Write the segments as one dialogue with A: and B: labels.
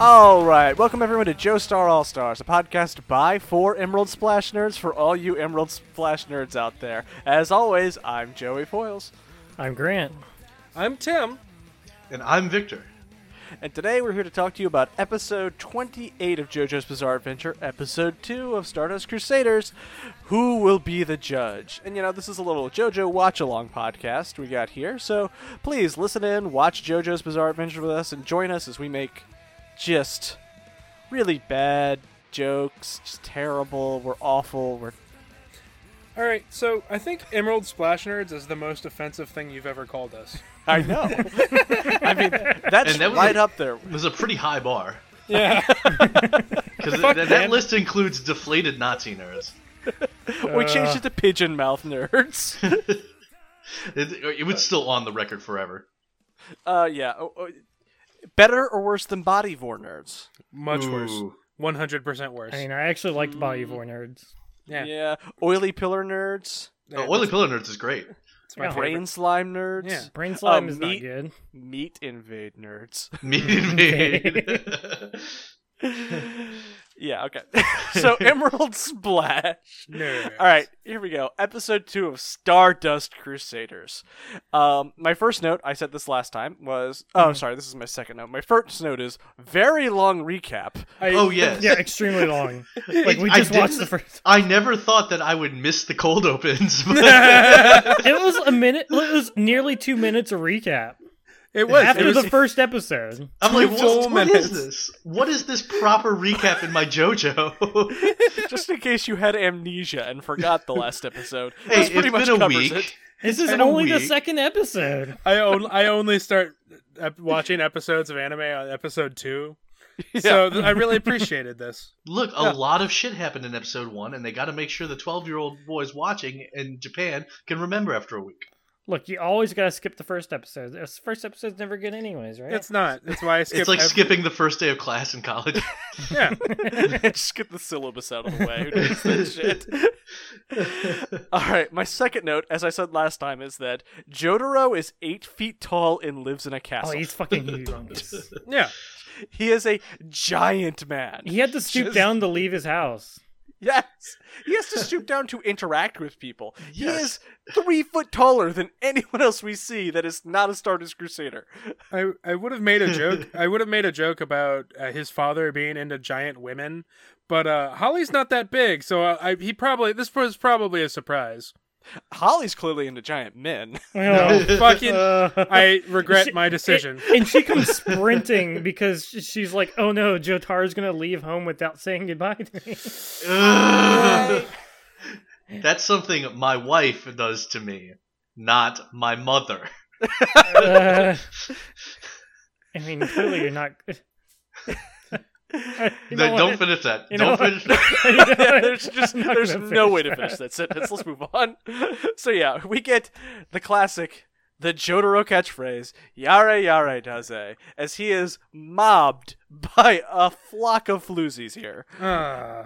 A: All right, welcome everyone to Joe Star All Stars, a podcast by for Emerald Splash nerds for all you Emerald Splash nerds out there. As always, I'm Joey Foyles,
B: I'm Grant.
C: I'm Tim.
D: And I'm Victor.
A: and today we're here to talk to you about episode 28 of JoJo's Bizarre Adventure, episode 2 of Stardust Crusaders, Who Will Be the Judge? And you know, this is a little JoJo watch along podcast we got here, so please listen in, watch JoJo's Bizarre Adventure with us, and join us as we make just really bad jokes, just terrible, we're awful, we're
C: All right, so I think Emerald Splash Nerds is the most offensive thing you've ever called us.
A: I know. I mean, that's
D: And that was
A: right
D: a-
A: up there.
D: It was a pretty high bar.
C: Yeah.
D: Because
C: Fuck,
D: that,
C: man.
D: that list includes deflated Nazi nerds.
A: we changed
D: Uh.
A: it to pigeon mouth nerds.
D: It, it
C: Uh,
D: was still on the record forever.
A: uh, yeah. Oh, oh, Better or worse than body vor nerds?
C: Much worse.
D: Ooh.
C: 100% worse.
B: I mean, I actually liked Body of War Nerds.
C: yeah.
A: Yeah. Oily pillar nerds.
C: Yeah,
D: Oh, Oily Pillow Nerds is great.
C: that's my
B: Yeah.
C: favorite.
A: Brain slime nerds.
C: Yeah.
B: Brain Slime
A: Uh,
B: is
A: meat-
B: not good.
A: Meat invade nerds.
D: Meat invade.
A: yeah. Okay. so Emerald Splash.
C: Nerds.
A: All right, here we go. Episode two of Stardust Crusaders. Um, my first note, I said this last time, was oh,
C: Mm-hmm.
A: sorry, this is my second note. My first note is very long recap.
B: I-
D: oh, yes.
B: Yeah, extremely long. Like we
D: I
B: just watched
D: didn't-
B: the first.
D: I never thought that I would miss the cold opens, but
B: It was a minute. It was nearly two minutes of recap
C: It was. it
B: after
C: was
B: the first episode.
D: I'm like, what,
C: Full
D: what
C: minutes.
D: is this? What is this proper recap in my JoJo?
A: Just in case you had amnesia and forgot the last episode,
D: hey,
A: this
D: it's
A: pretty
D: been
A: much
D: a
A: covers
D: week.
A: it.
B: This is
D: been a
B: only the
D: week.
B: second episode.
C: I, on- I only start ep- watching episodes of anime on episode two. So th- I really appreciated this.
D: Look, a lot of shit happened in episode one, and they got to make sure the 12 year old boys watching in Japan can remember after a week.
B: Look, you always gotta skip the first episode. The first episode's never good, anyways, right?
C: It's not. That's why I skipped.
D: It's like
C: ev-
D: skipping the first day of class in college.
C: Yeah.
A: Just get the syllabus out of the way. Who needs that shit? All right, my second note, as I said last time, is that Jotaro is eight feet tall and lives in a
B: oh,
A: castle.
B: he's fucking humongous.
C: Yeah.
A: He is a giant man.
B: he had to stoop
A: Just-
B: down to leave his house.
A: Yes. He has to stoop down to interact with people.
D: Yes.
A: He is three foot taller than anyone else we see that is not a Stardust Crusader.
C: I, I would have made a joke. I would have made a joke about uh, his father being into giant women, but uh, Holly's not that big, so I, I, he probably this was probably a surprise.
A: Holly's clearly into giant men.
B: Oh,
C: Fucking,
B: uh,
C: I regret
B: She-
C: my decision.
B: And she comes sprinting because sh- she's like, "Oh no, Jotaro's gonna leave home without saying goodbye to me."
D: Ugh. That's something my wife does to me, not my mother.
B: Uh, I mean, clearly you're not. You know
D: No, don't
B: what?
D: finish that.
B: You know
D: don't
B: what?
D: finish that.
B: You know what?
A: Yeah, there's just
B: I'm not
A: there's
B: gonna
A: no way to
B: that.
A: finish that sentence. Let's move on. So yeah, we get the classic the Jotaro catchphrase, Yare Yare Daze, as he is mobbed by a flock of floozies here.
C: Ah.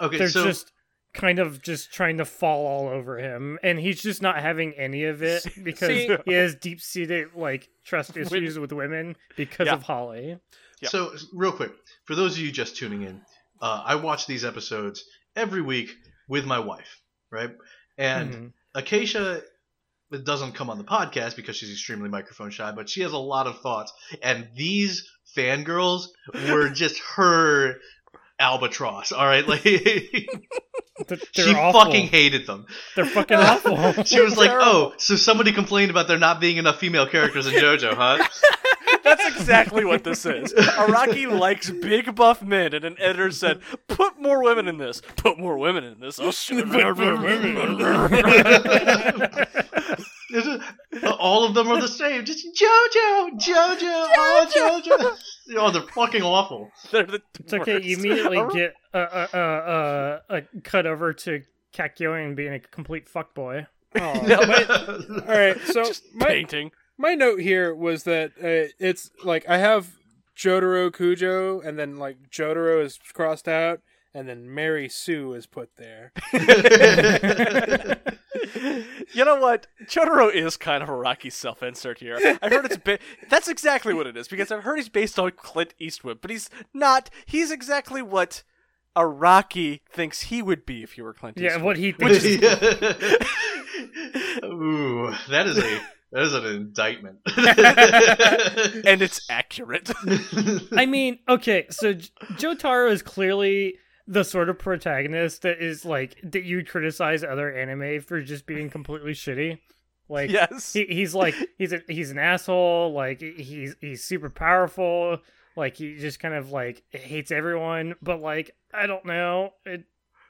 D: Okay,
B: They're
D: so
B: just kind of just trying to fall all over him, and he's just not having any of it because
C: See-
B: he has deep seated like trust issues with women because
A: Yeah.
B: of Holly.
A: Yeah.
D: so real quick for those of you just tuning in, uh, I watch these episodes every week with my wife, right? And
B: Mhm.
D: Acacia doesn't come on the podcast because she's extremely microphone shy, but she has a lot of thoughts, and these fangirls were just her albatross. All right, like she
B: Mm. Th- They're awful.
D: fucking hated them.
B: They're fucking awful.
D: She was like,
A: Terrible.
D: "Oh, so somebody complained about there not being enough female characters in JoJo, huh?"
A: That's exactly what this is. Araki likes big buff men, and an editor said, "Put more women in this. Put more women in this." Oh, shit.
D: This is- All of them are the same. Just JoJo, JoJo, oh JoJo. Oh, they're fucking awful.
A: They're the
B: It's okay. You
A: worst.
B: immediately
A: Ar-
B: get a uh, uh, uh, uh, a cut over to Kakyoin being a complete fuckboy.
C: Oh. All right, so my,
A: painting.
C: my note here was that uh, it's like I have Jotaro Kujo, and then like Jotaro is crossed out, and then Mary Sue is put there.
A: you know what? Chotaro is kind of a Rocky self-insert here. I heard it's ba- that's exactly what it is because I've heard he's based on Clint Eastwood, but he's not. He's exactly what a Rocky thinks he would be if he were Clint
B: yeah,
A: Eastwood.
B: what he thinks.
D: Ooh, that is a that is an indictment.
A: and it's accurate.
B: I mean, okay, so J- Jotaro is clearly the sort of protagonist that is like that you'd criticize other anime for just being completely shitty. Like
A: yes.
B: he, he's like he's a, he's an asshole, like he's he's super powerful, like he just kind of like hates everyone, but like I don't know, it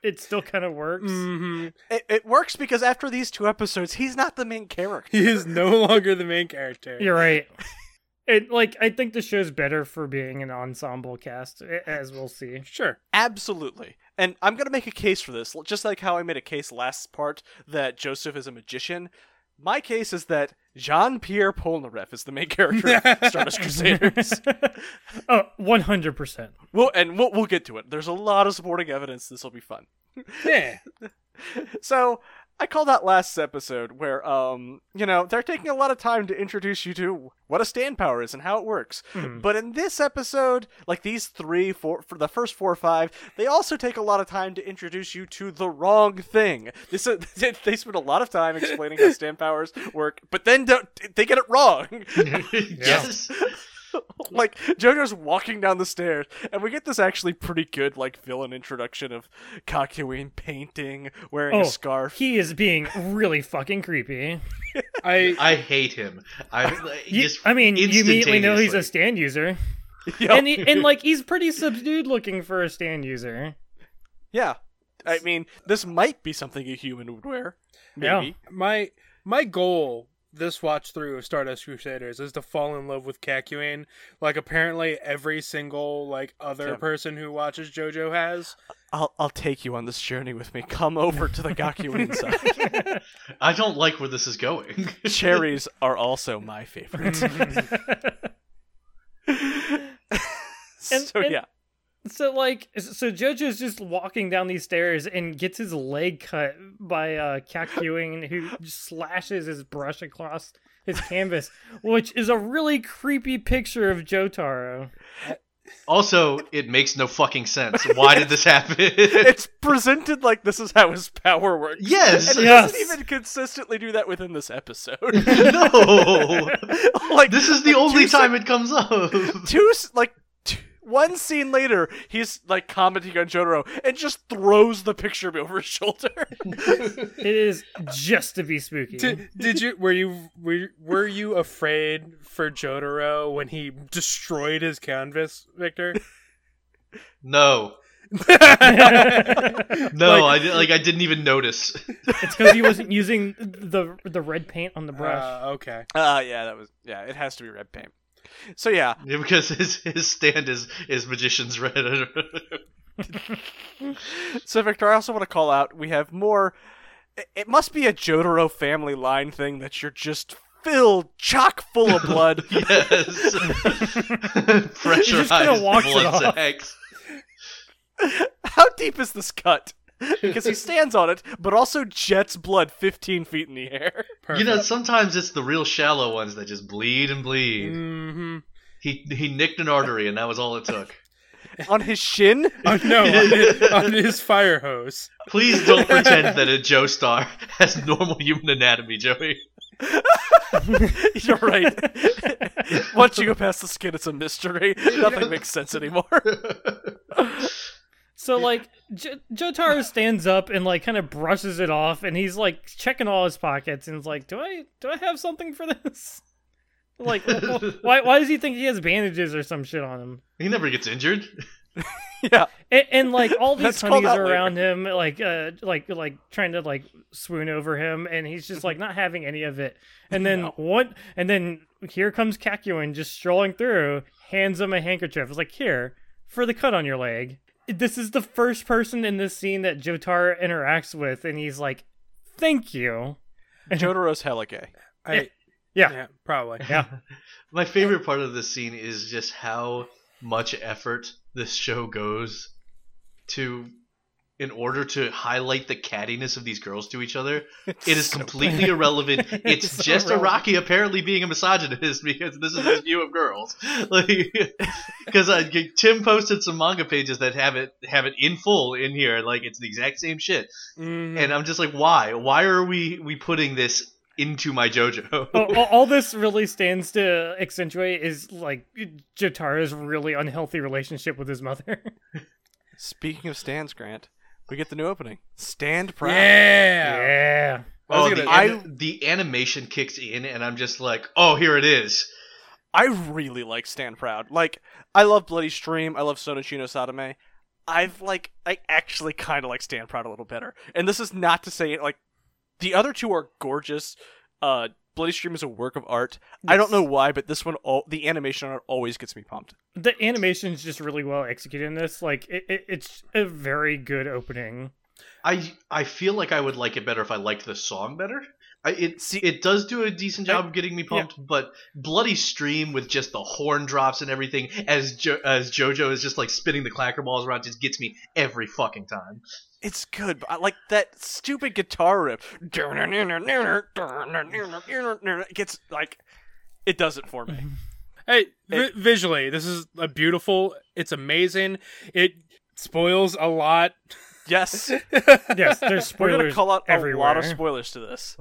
B: it still kind of works.
C: hmm
A: It, it works because after these two episodes, he's not the main character.
C: He is no longer the main character.
B: You're right. It like I think the show's better for being an ensemble cast, a- as we'll see.
C: Sure.
A: Absolutely. And I'm going to make a case for this, l- just like how I made a case last part that Joseph is a magician. My case is that Jean Pierre Polnareff is the main character of Stardust Crusaders.
B: Oh, one hundred percent.
A: Well, and we'll, we'll get to it. There's a lot of supporting evidence. This will be fun.
C: Yeah.
A: So I call that last episode where, um, you know, they're taking a lot of time to introduce you to what a stand power is and how it works. But in this episode, like these three, four, for the first four or five, they also take a lot of time to introduce you to the wrong thing. This is, they spend a lot of time explaining how stand powers work, but then don't, they get it wrong.
D: yes.
A: like JoJo's walking down the stairs, and we get this actually pretty good like villain introduction of Kakyoin painting, wearing
B: Oh,
A: a scarf.
B: He is being really fucking creepy.
C: I
D: I hate him. I
B: You-
D: just
B: I mean, you immediately know he's a stand
D: instantaneously.
B: user,
A: Yeah.
B: and he, and like he's pretty subdued looking for a stand user.
A: yeah, I mean, this might be something a human would wear.
B: Yeah.
A: Maybe.
C: my my goal this watch through of Stardust Crusaders is to fall in love with Kakyoin, like apparently every single like other
A: Yeah.
C: person who watches JoJo has.
A: I'll I'll take you on this journey with me. Come over to the Kakyoin side.
D: I don't like where this is going.
A: Cherries are also my favorite.
B: Mm.
A: so
B: and-
A: yeah,
B: So like, so JoJo's just walking down these stairs and gets his leg cut by uh, Kakyoin, who slashes his brush across his canvas, which is a really creepy picture of Jotaro.
D: also, it makes no fucking sense. Why did this happen?
A: it's presented like this is how his power works.
D: yes.
A: And it
B: Yes.
A: doesn't even consistently do that within this episode.
D: No.
A: like
D: This is the
A: like,
D: only
A: two sec-
D: time it comes up.
A: two s- like t- one scene later, he's like commenting on Jotaro and just throws the picture over his shoulder.
B: It is just to be spooky.
C: Did, did you were you were, you- were you afraid for Jotaro when he destroyed his canvas, Victor?
D: No.
B: it's
D: No,
C: Like-
D: I di- like I didn't even notice.
B: because he wasn't using the the red paint on the brush.
C: Uh, okay.
A: Ah, yeah, that was yeah. It has to be red paint. So yeah,
D: Yeah, because his his stand is is magician's red.
A: so Victor, I also want to call out we have more. it- It must be a Jotaro family line thing that you're just filled chock full of blood.
D: yes.
B: You're just gonna
D: Pressurized
B: wash it
D: blood
B: off.
D: sex.
A: How deep is this cut? Because he stands on it, but also jets blood 15 feet in the air.
D: You know, sometimes it's the real shallow ones that just bleed and bleed.
C: hmm
D: He he nicked an artery, and that was all it took.
A: on his shin?
C: Oh, no, on his, on his fire hose.
D: Please don't pretend that a Joe Star has normal human anatomy, Joey.
A: You're right. Once you go past the skin, it's a mystery. Nothing makes sense anymore.
B: So like J- Jotaro stands up and like kind of brushes it off, and he's like checking all his pockets, and is like, "Do I do I have something for this?" like, wh- why why does he think he has bandages or some shit on him?
D: He never gets injured.
A: yeah.
B: And, and like all these
A: Let's call
B: honeys
A: that
B: are around him, like uh, like like trying to like swoon over him, and he's just like not having any of it. And then
A: Mm-hmm. No.
B: what? And then here comes Kakyoin just strolling through, hands him a handkerchief. It's like here for the cut on your leg. This is the first person in this scene that Jotaro interacts with, and he's like, "Thank you."
A: Jotaro's hella gay.
C: I,
B: Yeah.
C: yeah, probably.
B: Yeah,
D: My favorite part of this scene is just how much effort this show goes to in order to highlight the cattiness of these girls to each other. It is completely irrelevant. It's,
B: It's so
D: just
B: irrelevant.
D: Iraqi apparently being a misogynist because this is his view of girls. Because uh, Tim posted some manga pages that have it have it in full in here. Like it's the exact same shit,
C: Mhm.
D: and I'm just like, why? Why are we we putting this into my JoJo?
B: all, all- all this really stands to accentuate is like Jotara's really unhealthy relationship with his mother.
A: Speaking of stands, Grant, we get the new opening. Stand proud.
C: yeah. I was
B: yeah.
D: Oh, the,
C: gonna-
A: I-
D: an- the animation kicks in, and I'm just like, oh, here it is.
A: I really like Stand Proud. Like, I love Bloody Stream. I love Sonochino Sadame. I've like, I actually kind of like Stand Proud a little better. And this is not to say it like, the other two are gorgeous. Uh, Bloody Stream is a work of art. I don't
B: Yes.
A: know why, but this one, all the animation on it always gets me pumped.
B: The animation's just really well executed in this. Like it, it, it's a very good opening.
D: I I feel like I would like it better if I liked the song better. I, it
A: See-
D: it does do a decent job of getting me
B: yeah.
D: pumped, but bloody stream with just the horn drops and everything as jo- as JoJo is just like spinning the clacker balls around just gets me every fucking time.
A: It's good, but I like that stupid guitar riff. It gets like, it does it for me.
C: Hey, vi- visually, this is a beautiful. It's amazing. It spoils a lot.
A: Yes,
B: Yes, there's
A: we're
B: spoilers
A: gonna call out a
B: everywhere.
A: lot of spoilers to this.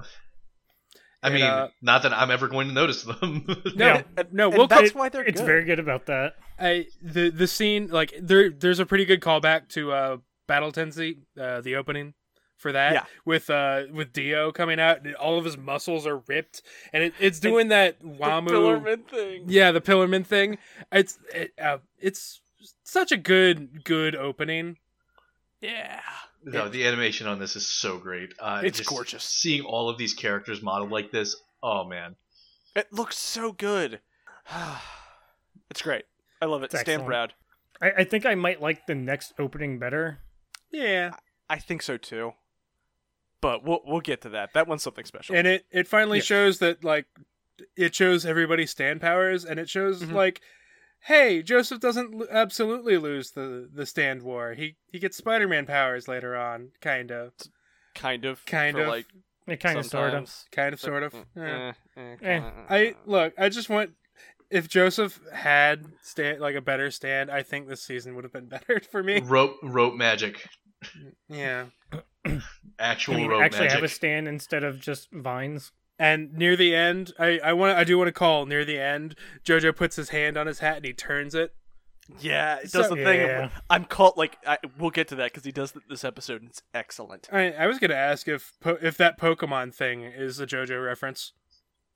D: I
C: And,
D: mean,
C: uh,
D: not that I'm ever going to notice them.
C: No,
B: Yeah.
C: no,
A: And
C: we'll cut.
A: that's why they're
B: it's
A: good.
B: very good about that.
C: I the the scene like there there's a pretty good callback to uh Battle Tensei, uh the opening for that
A: Yeah.
C: with uh with Dio coming out and all of his muscles are ripped and it, it's doing that Wamu
A: thing.
C: yeah the Pillarman thing it's it, uh, it's such a good good opening
A: Yeah.
D: no, the animation on this is so great. Uh,
A: It's
D: just
A: gorgeous.
D: Seeing all of these characters modeled like this, oh man.
A: It looks so good. it's great. I love it.
B: It's
A: Stand
B: excellent.
A: proud.
B: I, I think I might like the next opening better.
C: yeah
A: I think so too. But we'll we'll get to that. That one's something special.
C: and it it finally
B: Yes.
C: shows that like it shows everybody's stand powers and it shows
A: Mhm.
C: like hey joseph doesn't l- absolutely lose the the stand war he he gets spider-man powers later on kind of
A: kind of.
C: Kind
A: for
C: of.
A: like
B: It kind of sort of.
A: sometimes.
C: kind of sort of
A: But-
C: Eh.
A: eh, eh,
B: Eh.
A: kinda.
C: i look i just want if joseph had stand like a better stand i think this season would have been better for me
D: Rope rope magic,
C: yeah
D: actual
B: I mean,
D: rope
B: actually
D: magic.
B: have a stand instead of just vines.
C: and near the end i i want i do want to call near the end jojo puts his hand on his hat and he turns it
A: Yeah, it does
C: So-
A: the thing.
B: yeah.
A: I'm called like I, we'll get to that because he does th- this episode and it's excellent.
C: i i was gonna ask if po- if that pokemon thing is a jojo reference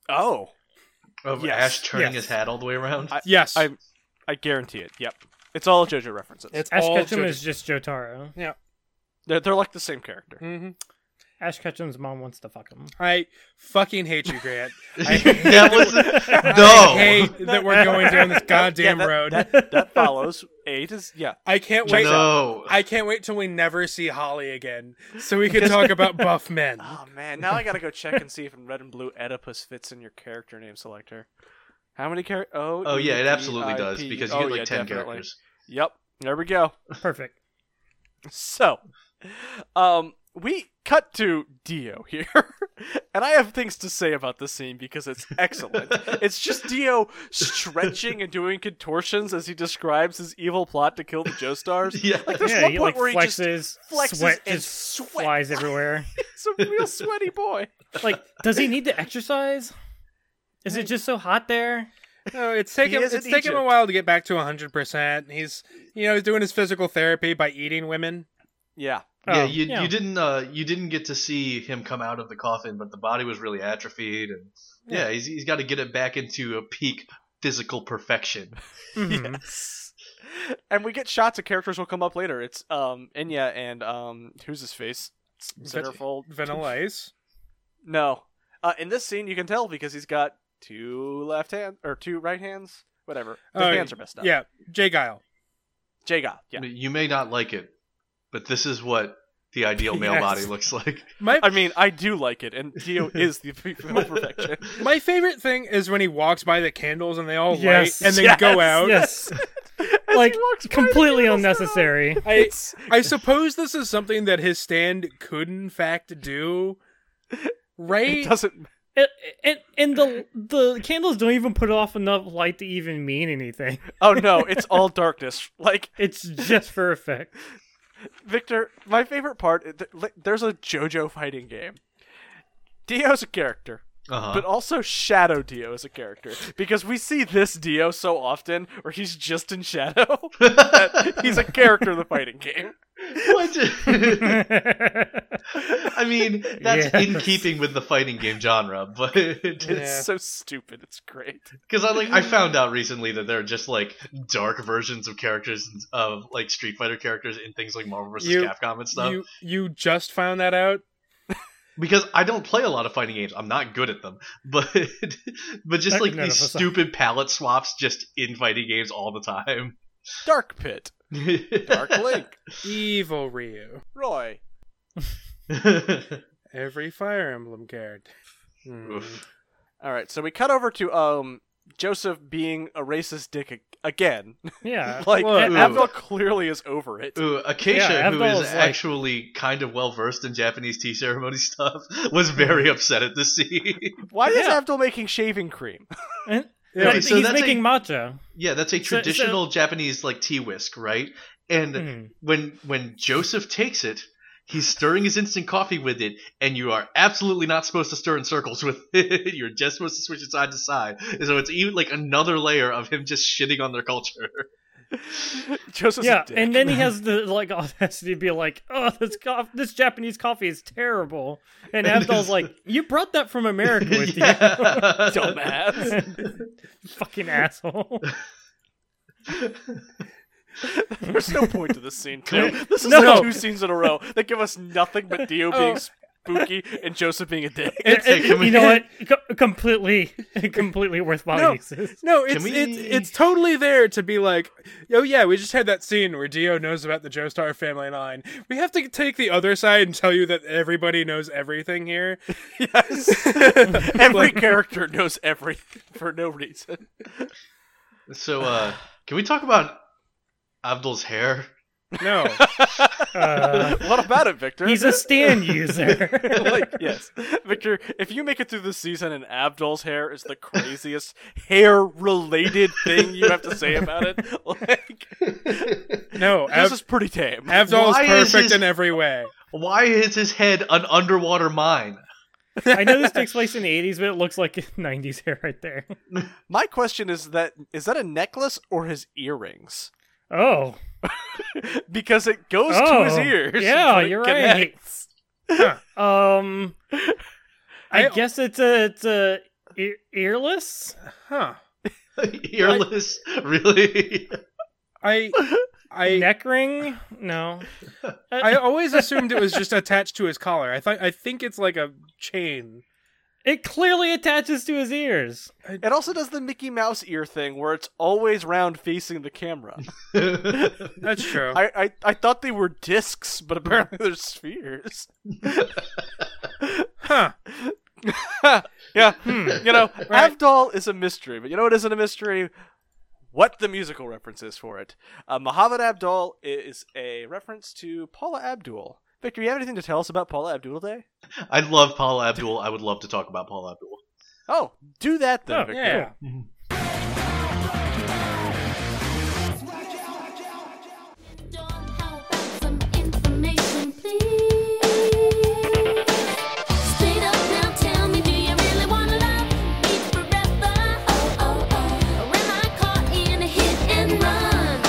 A: Oh,
D: of
A: Yes,
D: Ash turning
B: yes.
D: his hat all the way around.
A: I-
C: yes
A: I- I guarantee it. Yep, it's all JoJo references.
C: It's
B: Ash
C: all
B: Ketchum
C: JoJo.
B: is just Jotaro.
A: they're, they're like the same character.
C: hmm
B: Ash Ketchum's mom wants to fuck him.
C: I fucking hate you, Grant. I hate
D: that was
C: I
D: no.
C: hate that we're going down this goddamn
A: Yeah, that-
C: road.
A: That, that follows. Eight is yeah.
C: I can't wait.
D: no.
C: I can't wait till we never see Holly again, so we can talk about buff men.
A: Oh man, now I gotta go check and see if in red and blue Oedipus fits in your character name selector. How many characters? Oh,
D: oh yeah, it absolutely
A: E D I
D: does
A: P.
D: because you
A: Oh,
D: get like
A: yeah,
D: ten
A: definitely.
D: characters.
A: Yep, there we go.
B: Perfect.
A: So, um, we cut to Dio here, and I have things to say about this scene because it's excellent. it's just Dio stretching and doing contortions as he describes his evil plot to kill the Joestars.
D: Yeah,
A: Like there's
B: yeah,
A: one
B: he
A: point
B: like
A: where he just
B: flexes,
A: flexes
B: sweat
A: and
B: just
A: sweat.
B: flies everywhere.
A: It's a real sweaty boy.
B: like, does he need to exercise? Is it just so hot there?
C: No, it's taken.
A: is
C: It's
A: in
C: taken him a
A: Egypt.
C: while to get back to hundred percent. He's, you know, he's doing his physical therapy by eating women.
A: Yeah.
D: yeah,
B: Oh,
D: you
B: yeah.
D: you didn't uh you didn't get to see him come out of the coffin, but the body was really atrophied, and yeah,
C: Yeah.
D: he's he's got to get it back into a peak physical perfection.
A: Hmm.
B: Mhm.
A: Yes. Mm-hmm. And we get shots of characters who'll come up later. It's um Inya and um who's his face? S-
C: Vin-
A: Centerfold.
C: Vanilla Ice.
A: No. Uh, in this scene, you can tell because he's got two left hand or two right hands, whatever. His
C: Oh,
A: hands are messed up.
C: Yeah, Jay Guile.
A: Jay got yeah.
D: You may not like it, but this is what the ideal male
C: Yes.
D: body looks like.
C: My
A: I mean, I do like it, and Dio is the female perfection.
C: my favorite thing is when he walks by the candles and they all
B: Yes.
C: light and then
A: Yes.
C: go out.
B: Oh, Yes.
A: and as
B: like
A: he walks by the
B: completely
A: noodle
B: unnecessary.
A: stall. It's
C: I suppose this is something that his stand could, in fact, do. Right?
A: it doesn't.
B: And, and and the the candles don't even put off enough light to even mean anything.
A: Oh no, it's all darkness. Like
B: It's just for effect.
A: Victor, my favorite part. th- li- There's a JoJo fighting game. Dio's a character,
D: Uh-huh.
A: but also Shadow Dio is a character because we see this Dio so often, where he's just in shadow. that he's a character in the fighting game.
D: what?
B: I
D: I mean, that's
B: Yes.
D: in keeping with the fighting game genre, but because
A: It's
C: Yeah.
A: so stupid. It's great.
D: I like I found out recently that there are just like dark versions of characters of like Street Fighter characters in things like Marvel vs.
C: You-
D: Capcom and stuff.
C: You you just found that out?
D: because I don't play a lot of fighting games. I'm not good at them, but but just
B: I
D: like
B: can
D: these
B: notice that.
D: stupid palette swaps just in fighting games all the time.
A: Dark Pit, Dark Link,
C: Evil Ryu.
A: Roy.
C: Every Fire Emblem card. Hmm.
D: Oof.
A: All right, so we cut over to um Joseph being a racist dick a- again.
B: yeah.
A: like
C: well,
A: A-
D: ooh.
A: Abdul clearly is over it.
D: Ooh, Acacia,
B: Yeah,
D: who
B: Abdul
D: is
B: is, like-
D: actually kind of well versed in Japanese tea ceremony stuff, was
B: Mm-hmm.
D: very upset at this scene.
A: Why is
B: Yeah.
A: Abdul making shaving cream?
B: And-
C: Yeah,
D: Okay,
B: he's
D: so that's a-
B: making matcha.
D: yeah, that's a
B: So- so-
D: traditional Japanese like tea whisk, right? And
B: Mhm.
D: when when Joseph takes it, he's stirring his instant coffee with it, and you are absolutely not supposed to stir in circles with it. You're just supposed to switch it side to side. And so it's even like another layer of him just shitting on their culture.
A: Joseph's
B: Yeah,
A: a dick.
B: and then he has the like audacity to be like, "Oh, this coffee, this Japanese coffee is terrible." And
D: And
B: Abdul's
D: there's-
B: like, "You brought that from America with
D: Yeah.
A: dumbass.
B: you, fucking asshole."
A: There's no point to this scene, too. This is
B: No.
A: like two scenes in a row that give us nothing but Dio being
C: Oh.
A: spooky and Joseph being a dick.
B: And- and-
D: can we-
B: you know what? Co- completely, completely worthwhile
C: No.
B: uses.
C: No, it's,
D: we-
C: it's it's totally there to be like, oh yeah, we just had that scene where Dio knows about the Joestar family line. We have to take the other side and tell you that everybody knows everything here.
A: Yes. Every character knows everything for no reason.
D: So uh can we talk about Abdul's hair?
C: No,
B: Uh,
A: what about it, Victor?
B: he's a stand user.
A: like, yes. Victor, if you make it through this season and Abdul's hair is the craziest hair related thing you have to say about it, like,
C: no,
A: this
C: Ab-
A: is pretty tame.
C: Abdul's
D: Why is
C: perfect
D: his-
C: in every way.
D: Why is his head an underwater mine?
B: I know this takes place in the '80s, but it looks like '90s hair right there.
A: My question is that is that a necklace or his earrings?
B: Oh,
A: because it goes
B: Oh,
A: to his ears.
B: yeah,
A: but it
B: you're
A: connects.
B: um, I,
C: I-
B: guess it's a it's a ear- earless.
C: Huh?
D: Earless, really?
C: I I
B: neck ring? No.
C: I always assumed it was just attached to his collar. I thought I think it's like a chain.
B: It clearly attaches to his ears.
A: It also does the Mickey Mouse ear thing where it's always round facing the camera.
C: That's true.
A: I, I, I thought they were discs, but apparently they're spheres.
C: huh?
A: yeah, hmm, you know,
C: Right.
A: Avdol is a mystery, but you know what isn't a mystery? What the musical reference is for it. Uh, Muhammad Abdul is a reference to Paula Abdul. Victor, you have anything to tell us about Paula Abdul Day?
D: I love Paul Abdul. I would love to talk about Paul Abdul.
A: Oh, do that then,
B: Oh,
A: Victor.
C: Yeah.
E: Dawn, how about some information, please? Straight up now, tell me, do you really wanna love me forever? Oh oh oh, or am I caught in a hit and run?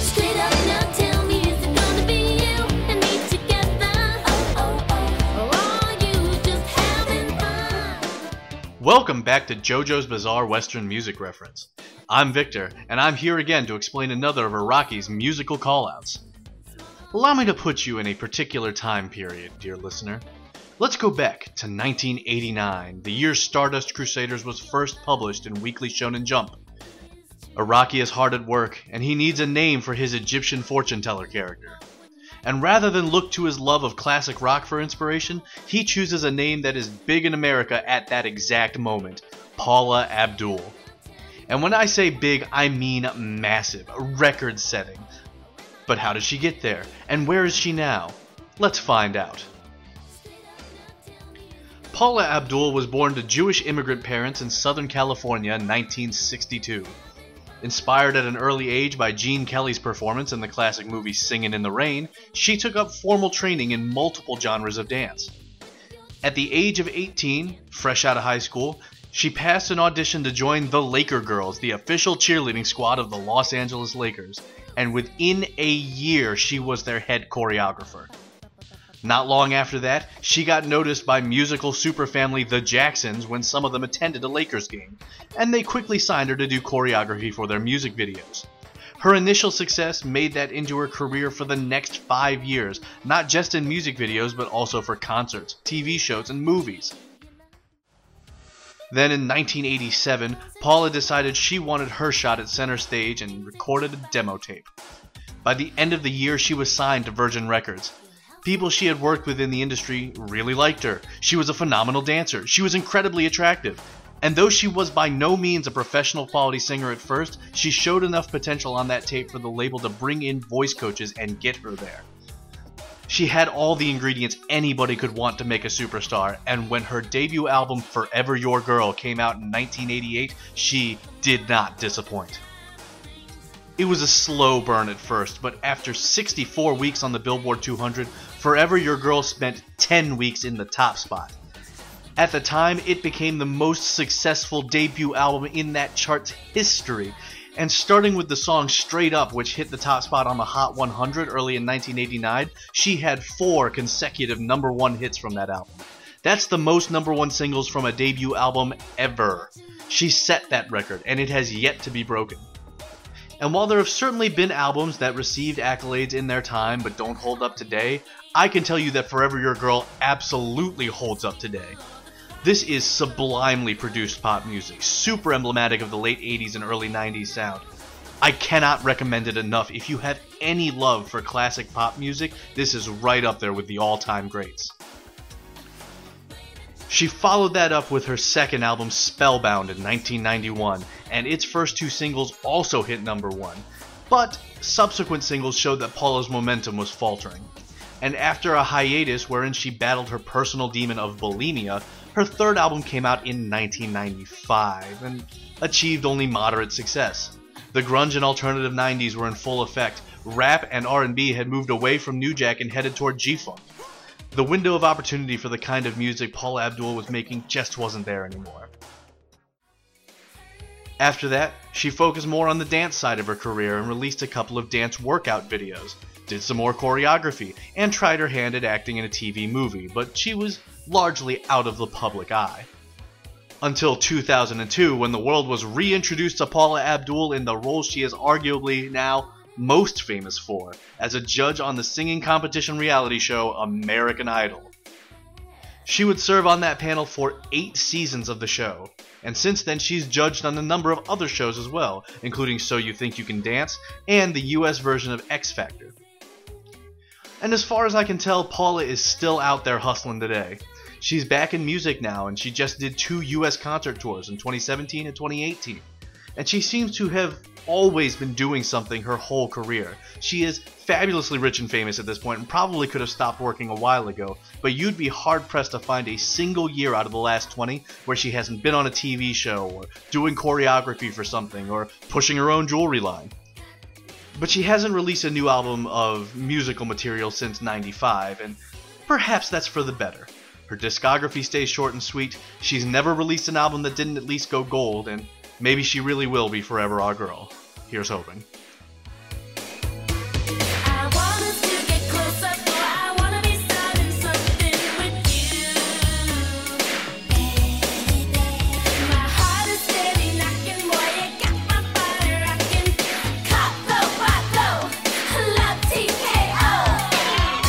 E: Straight up now, tell me, is it gonna be you and me together? Oh oh oh, or are you just having fun?
D: Welcome back to JoJo's Bizarre Western Music Reference. I'm Victor, and I'm here again to explain another of Iraqi's musical callouts. Allow me to put you in a particular time period, dear listener. Let's go back to 1989, the year Stardust Crusaders was first published in Weekly Shonen Jump. Iraqi is hard at work, and he needs a name for his Egyptian fortune teller character. And rather than look to his love of classic rock for inspiration, he chooses a name that is big in America at that exact moment Paula Abdul. And when I say big, I mean massive, record setting. But how did she get there? And where is she now? Let's find out. Paula Abdul was born to Jewish immigrant parents in Southern California in 1962. Inspired at an early age by Gene Kelly's performance in the classic movie Singin' in the Rain, she took up formal training in multiple genres of dance. At the age of 18, fresh out of high school, she passed an audition to join the Laker Girls, the official cheerleading squad of the Los Angeles Lakers, and within a year, she was their head choreographer. Not long after that, she got noticed by musical superfamily The Jacksons when some of them attended a Lakers game, and they quickly signed her to do choreography for their music videos. Her initial success made that into her career for the next five years, not just in music videos, but also for concerts, TV shows, and movies. Then in 1987, Paula decided she wanted her shot at center stage and recorded a demo tape. By the end of the year, she was signed to Virgin Records. People she had worked with in the industry really liked her. She was a phenomenal dancer. She was incredibly attractive. And though she was by no means a professional quality singer at first, she showed enough potential on that tape for the label to bring in voice coaches and get her there. She had all the ingredients anybody could want to make a superstar, and when her debut album Forever Your Girl came out in 1988, she did not disappoint. It was a slow burn at first, but after 64 weeks on the Billboard 200, Forever Your Girl spent 10 weeks in the top spot. At the time, it became the most successful debut album in that chart's history. And starting with the song Straight Up, which hit the top spot on the Hot 100 early in 1989, she had four consecutive number one hits from that album. That's the most number one singles from a debut album ever. She set that record, and it has yet to be broken. And while there have certainly been albums that received accolades in their time but don't hold up today, I can tell you that Forever Your Girl absolutely holds up today. This is sublimely produced pop music, super emblematic of the late 80s and early 90s sound. I cannot recommend it enough. If you have any love for classic pop music, this is right up there with the all time greats. She followed that up with her second album, Spellbound, in 1991, and its first two singles also hit number one. But subsequent singles showed that Paula's momentum was faltering. And after a hiatus wherein she battled her personal demon of bulimia, her third album came out in 1995 and achieved only moderate success. The grunge and alternative 90s were in full effect. Rap and R&B had moved away from New Jack and headed toward G-funk. The window of opportunity for the kind of music Paul Abdul was making just wasn't there anymore. After that, she focused more on the dance side of her career and released a couple of dance workout videos, did some more choreography, and tried her hand at acting in a TV movie, but she was largely out of the public eye. Until 2002, when the world was reintroduced to Paula Abdul in the role she is arguably now most famous for, as a judge on the singing competition reality show American Idol. She would serve on that panel for eight seasons of the show, and since then she's judged on a number of other shows as well, including So You Think You Can Dance and the US version of X Factor. And as far as I can tell, Paula is still out there hustling today. She's back in music now, and she just did two US concert tours in 2017 and 2018. And she seems to have always been doing something her whole career. She is fabulously rich and famous at this point and probably could have stopped working a while ago, but you'd be hard pressed to find a single year out of the last 20 where she hasn't been on a TV show or doing choreography for something or pushing her own jewelry line. But she hasn't released a new album of musical material since 95, and perhaps that's for the better. Her discography stays short and sweet, she's never released an album that didn't at least go gold, and maybe she really will be forever our girl. Here's hoping.
E: I want us to get closer, for I wanna be starting something with you, baby. My heart is steady knocking, boy, you got my body rocking. Cop low, pop low, love TKO. Cause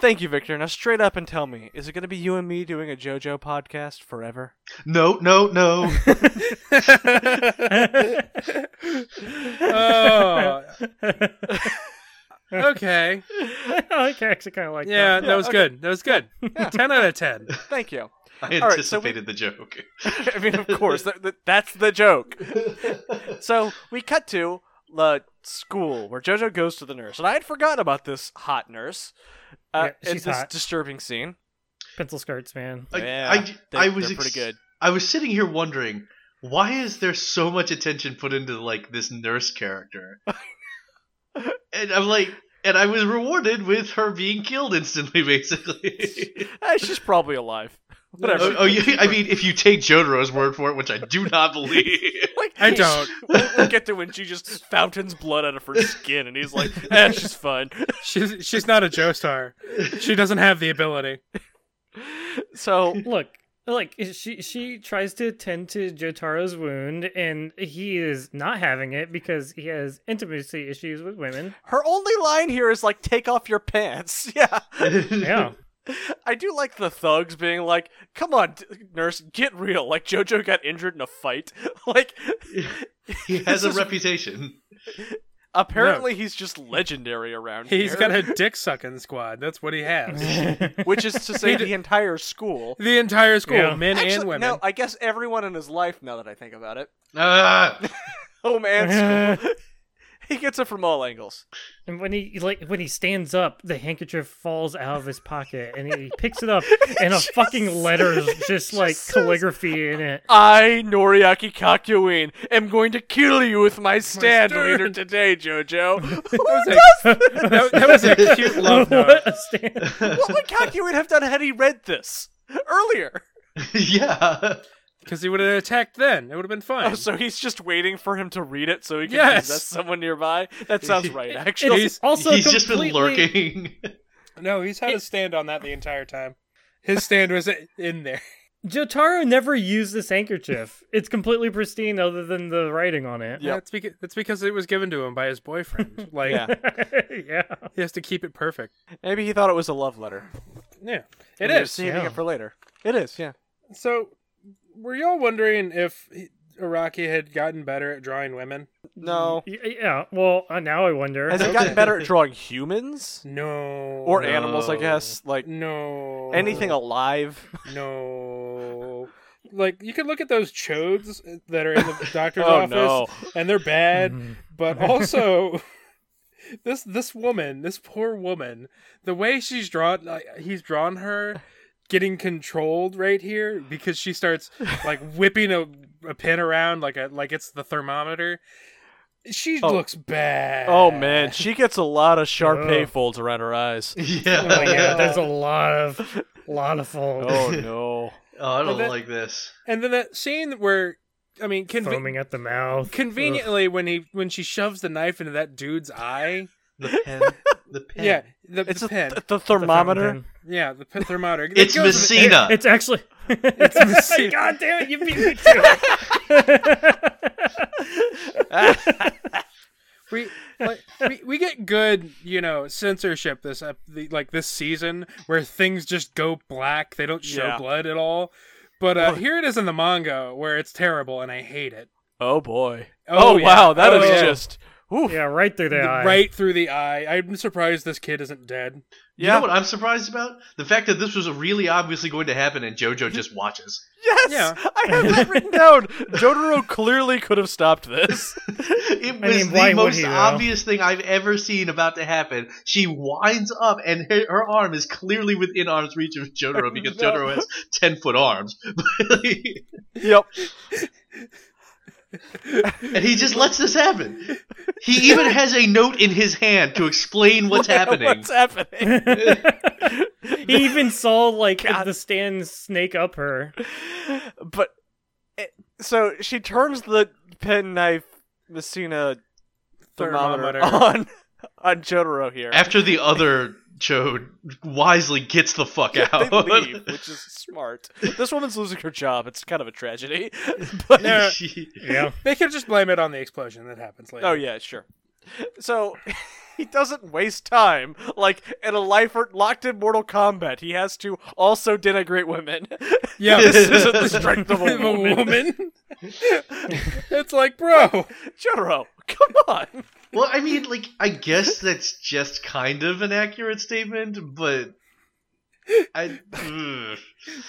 A: Thank you, Victor. Now straight up and tell me, is it going to be you and me doing a JoJo podcast forever?
D: No, no, no.
C: oh, okay.
B: I actually kind of like
C: Yeah,
B: that.
C: that was good. That was good. Ten out of ten.
A: Thank you.
D: I
A: All right, so we-
D: anticipated the joke.
A: I mean, of course, that, that, that's the joke. so we cut to the school where JoJo goes to the nurse, and I had forgotten about this hot nurse. Uh,
B: Yeah, she's
A: and this
B: hot.
A: disturbing scene.
B: Pencil skirts, man.
D: I,
A: Yeah,
D: I,
A: they,
D: I was
A: they're pretty
D: ex-
A: good.
D: I was sitting here wondering why is there so much attention put into like this nurse character, and I'm like, and I was rewarded with her being killed instantly, basically.
A: Eh, she's probably alive. Whatever.
D: oh, oh, yeah, I mean, if you take Jotaro's word for it, which I do not believe.
A: Like,
C: I don't.
A: We'll, we'll get to when she just fountains blood out of her skin, and he's like, "Eh, she's fine."
C: She's she's not a Joestar. She doesn't have the ability.
A: So
B: Look, like she she tries to tend to Jotaro's wound, and he is not having it because he has intimacy issues with women.
A: her only line here is like, "Take off your pants." Yeah.
B: Yeah,
A: I do like the thugs being like, "Come on, d- nurse, get real." Like JoJo got injured in a fight. like
D: he has a reputation.
A: apparently he's just legendary around
C: He's
A: here,
C: got a dick sucking squad. That's what he has.
A: which is to say the entire school.
C: The entire school,
B: Yeah.
C: men
A: Actually,
C: and women.
A: no, I guess everyone in his life. Now that I think about it,
D: Ah,
A: home and school. he gets it from all angles.
B: and when he like when he stands up, the handkerchief falls out of his pocket, and he picks it up, and a fucking letter is just like calligraphy in it.
A: I, Noriaki Kakuin, am going to kill you with my stand
C: stern.
A: later today, JoJo.
C: that, was a, that, that was a cute love note.
B: What a stand-
A: what would Kakuin have done had he read this earlier?
D: yeah.
C: Because he would have attacked then. It would have been fun.
A: Oh, so he's just waiting for him to read it so he can
C: Yes.
A: possess someone nearly. That sounds right, actually.
C: He's-
B: also
D: He's just been
B: completely-
D: lurking.
C: no, he's had a stand on that the entire time. His stand was in there.
B: Jotaro never used this handkerchief. It's completely pristine other than the writing on it.
A: Yep.
C: That's, because, that's because it was given to him by his boyfriend. Like,
A: Yeah.
B: yeah.
C: he has to keep it perfect.
A: Maybe he thought it was a love letter.
C: Yeah, it
A: And he was
C: is.
A: saving
B: yeah.
A: it for later. It is, yeah.
C: So, were y'all wondering if he- Iraqi had gotten better at drawing women?
A: No.
B: Y- Yeah. Well, uh, now I wonder.
A: Has he gotten better at drawing humans?
C: No.
A: Or
C: no.
A: animals, I guess. Like,
C: No.
A: anything alive.
C: No. Like you can look at those chodes that are in the doctor's
A: Oh,
C: office,
A: no.
C: and they're bad.
B: Mm.
C: But also, this this woman, this poor woman, the way she's drawn, like, he's drawn her getting controlled right here because she starts like whipping a, a pin around like a like it's the thermometer. She
A: Oh.
C: looks bad.
A: Oh, man. She gets a lot of Sharpay
B: Ugh.
A: folds around her eyes.
D: yeah.
B: Oh, yeah, there's a lot of lot of folds
A: Oh, no.
D: Oh, I don't
C: But that-
D: like this.
C: And then that scene where I mean, conven-
B: foaming at the mouth.
C: conveniently when he when she shoves the knife into that dude's eye
D: The pen. The pen.
C: yeah the,
A: It's
C: the
A: a,
C: pen
A: th- the
B: Ugh.
A: thermometer.
C: yeah the pen thermometer It
D: It's
C: goes to the-
D: Messina.
B: It's actually. It's
C: Messina.
B: God damn it! You beat me to it.
C: we, like, we we get good you know censorship this ep- the, like this season where things just go black they don't show
A: Yeah.
C: blood at all but uh,
A: Well-
C: here it is in the manga where it's terrible and I hate it
A: Oh, boy.
C: Oh,
A: Oh,
C: yeah.
A: wow. that
C: Oh,
A: is
C: yeah.
A: just. Oof.
B: yeah, right through the eye.
C: right through the eye I'm surprised this kid isn't dead
D: You
A: Yeah.
D: know what I'm surprised about? The fact that this was really obviously going to happen and JoJo just watches.
A: Yes,
C: Yeah.
A: I have that written down. Jotaro clearly could have stopped this.
D: It
B: I
D: was
B: mean, why
D: the
B: would
D: most
B: he, though?
D: obvious thing I've ever seen about to happen. She winds up and her, her arm is clearly within arm's reach of Jotaro because
A: No.
D: Jotaro has 10 foot arms.
A: yep.
D: and he just lets this happen. He even has a note in his hand to explain what's happening.
A: What's happening?
B: He even saw like
A: God.
B: the stand snake up her.
A: But it, so she turns the penknife Messina thermometer, on on Jotaro here.
D: After the other Chode wisely gets the fuck
A: they
D: out.
A: leave, which is smart. This woman's losing her job. It's kind of a tragedy. But
C: No.
D: She-
B: Yeah.
C: they could just blame it on the explosion that happens later
A: oh yeah, sure. oh, So he doesn't waste time. Like in a lifer locked in Mortal Kombat, he has to also denigrate women.
C: Yeah.
A: this isn't the strength of a
C: a
A: woman.
C: woman. it's like, bro.
A: Jotaro, come on.
D: Well, I mean, like, I guess that's just kind of an accurate statement, but I. ugh.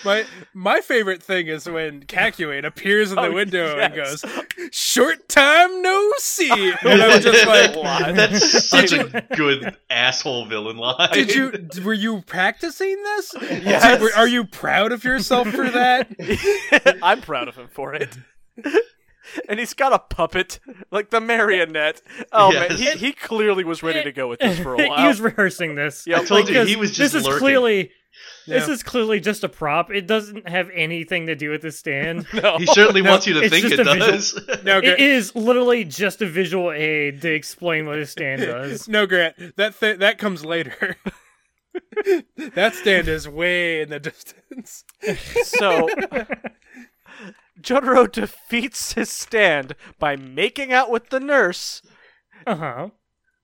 C: My my favorite thing is when Cacuane appears in the
A: Oh,
C: window and
A: yes.
C: goes, "Short time no see," and I'm just like,
D: that's such a good asshole villain line.
C: "Did you were you practicing this?
A: Yes.
C: Did- are you proud of yourself for that?"
A: I'm proud of him for it. And he's got a puppet, like the marionette. Oh man,
D: Yes.
A: he, he clearly was ready to go with this for a
B: he
A: while.
B: was rehearsing this.
A: Yeah,
D: I told you
B: Because
D: he was just
B: this
D: lurking.
B: is clearly this
C: Yeah.
B: is clearly just a prop. It doesn't have anything to do with the stand.
A: no.
D: he certainly wants you to
B: it's
D: think
B: just
D: it
B: a visual-
D: does.
C: No,
B: It
C: Grant.
B: is literally just a visual aid to explain what a stand does.
C: no, Grant. That th- that comes later. that stand is way in the distance.
A: So Jotaro defeats his stand by making out with the nurse
B: Uh huh.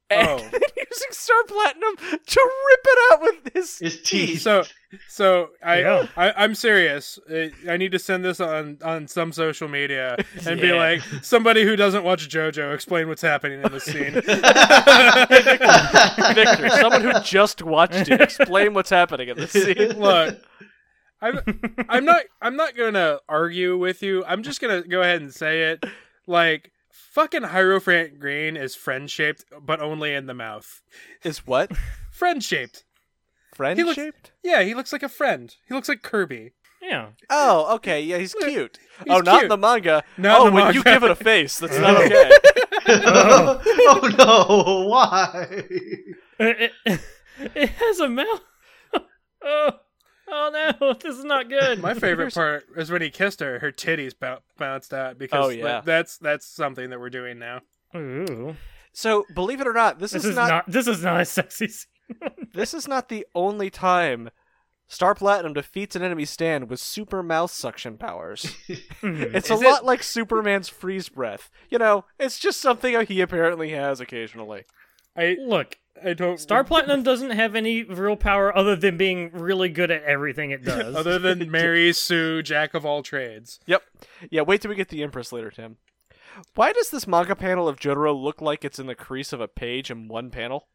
A: and
C: Oh.
A: then using Star Platinum to rip it out with his
D: His teeth.
C: So, so I,
B: Yeah.
C: I I'm serious. I, I need to send this on on some social media and be
A: Yeah.
C: like, somebody who doesn't watch JoJo, explain what's happening in this scene.
A: Victor, someone who just watched it. Explain what's happening in this scene.
C: Look, I'm I'm not I'm not gonna argue with you. I'm just gonna go ahead and say it. Like fucking Hierophant Green is friend shaped, but only in the mouth.
A: Is what?
C: Friend shaped.
A: Friend
C: looks-
A: shaped?
C: Yeah, he looks like a friend. He looks like Kirby.
B: Yeah.
A: Oh, okay. Yeah, he's cute.
C: he's
A: oh, not in
C: cute.
A: the manga.
C: Not
A: oh,
C: in the
A: when you
C: manga.
A: give it a face, that's not okay.
D: oh. no! Why?
B: It, it- it has a mouth. oh, oh no, this is not good.
C: My favorite part is when he kissed her. Her titties bou- bounced out because
A: Oh, yeah.
C: like, that's that's something that we're doing now.
B: Ooh.
A: So, believe it or not, this,
B: This
A: is,
B: is
A: not,
B: not. This is not a sexy scene.
A: this is not the only time Star Platinum defeats an enemy stand with super mouth suction powers. it's a
C: Hmm. Is it-
A: lot like Superman's freeze breath. You know, it's just something he apparently has occasionally.
C: I
B: Look,
C: I don't
B: Star Platinum doesn't have any real power other than being really good at everything it does.
C: other than Mary Sue, jack of all trades.
A: Yep. Yeah, wait till we get the Empress later, Tim. Why does this manga panel of Jotaro look like it's in the crease of a page in one panel?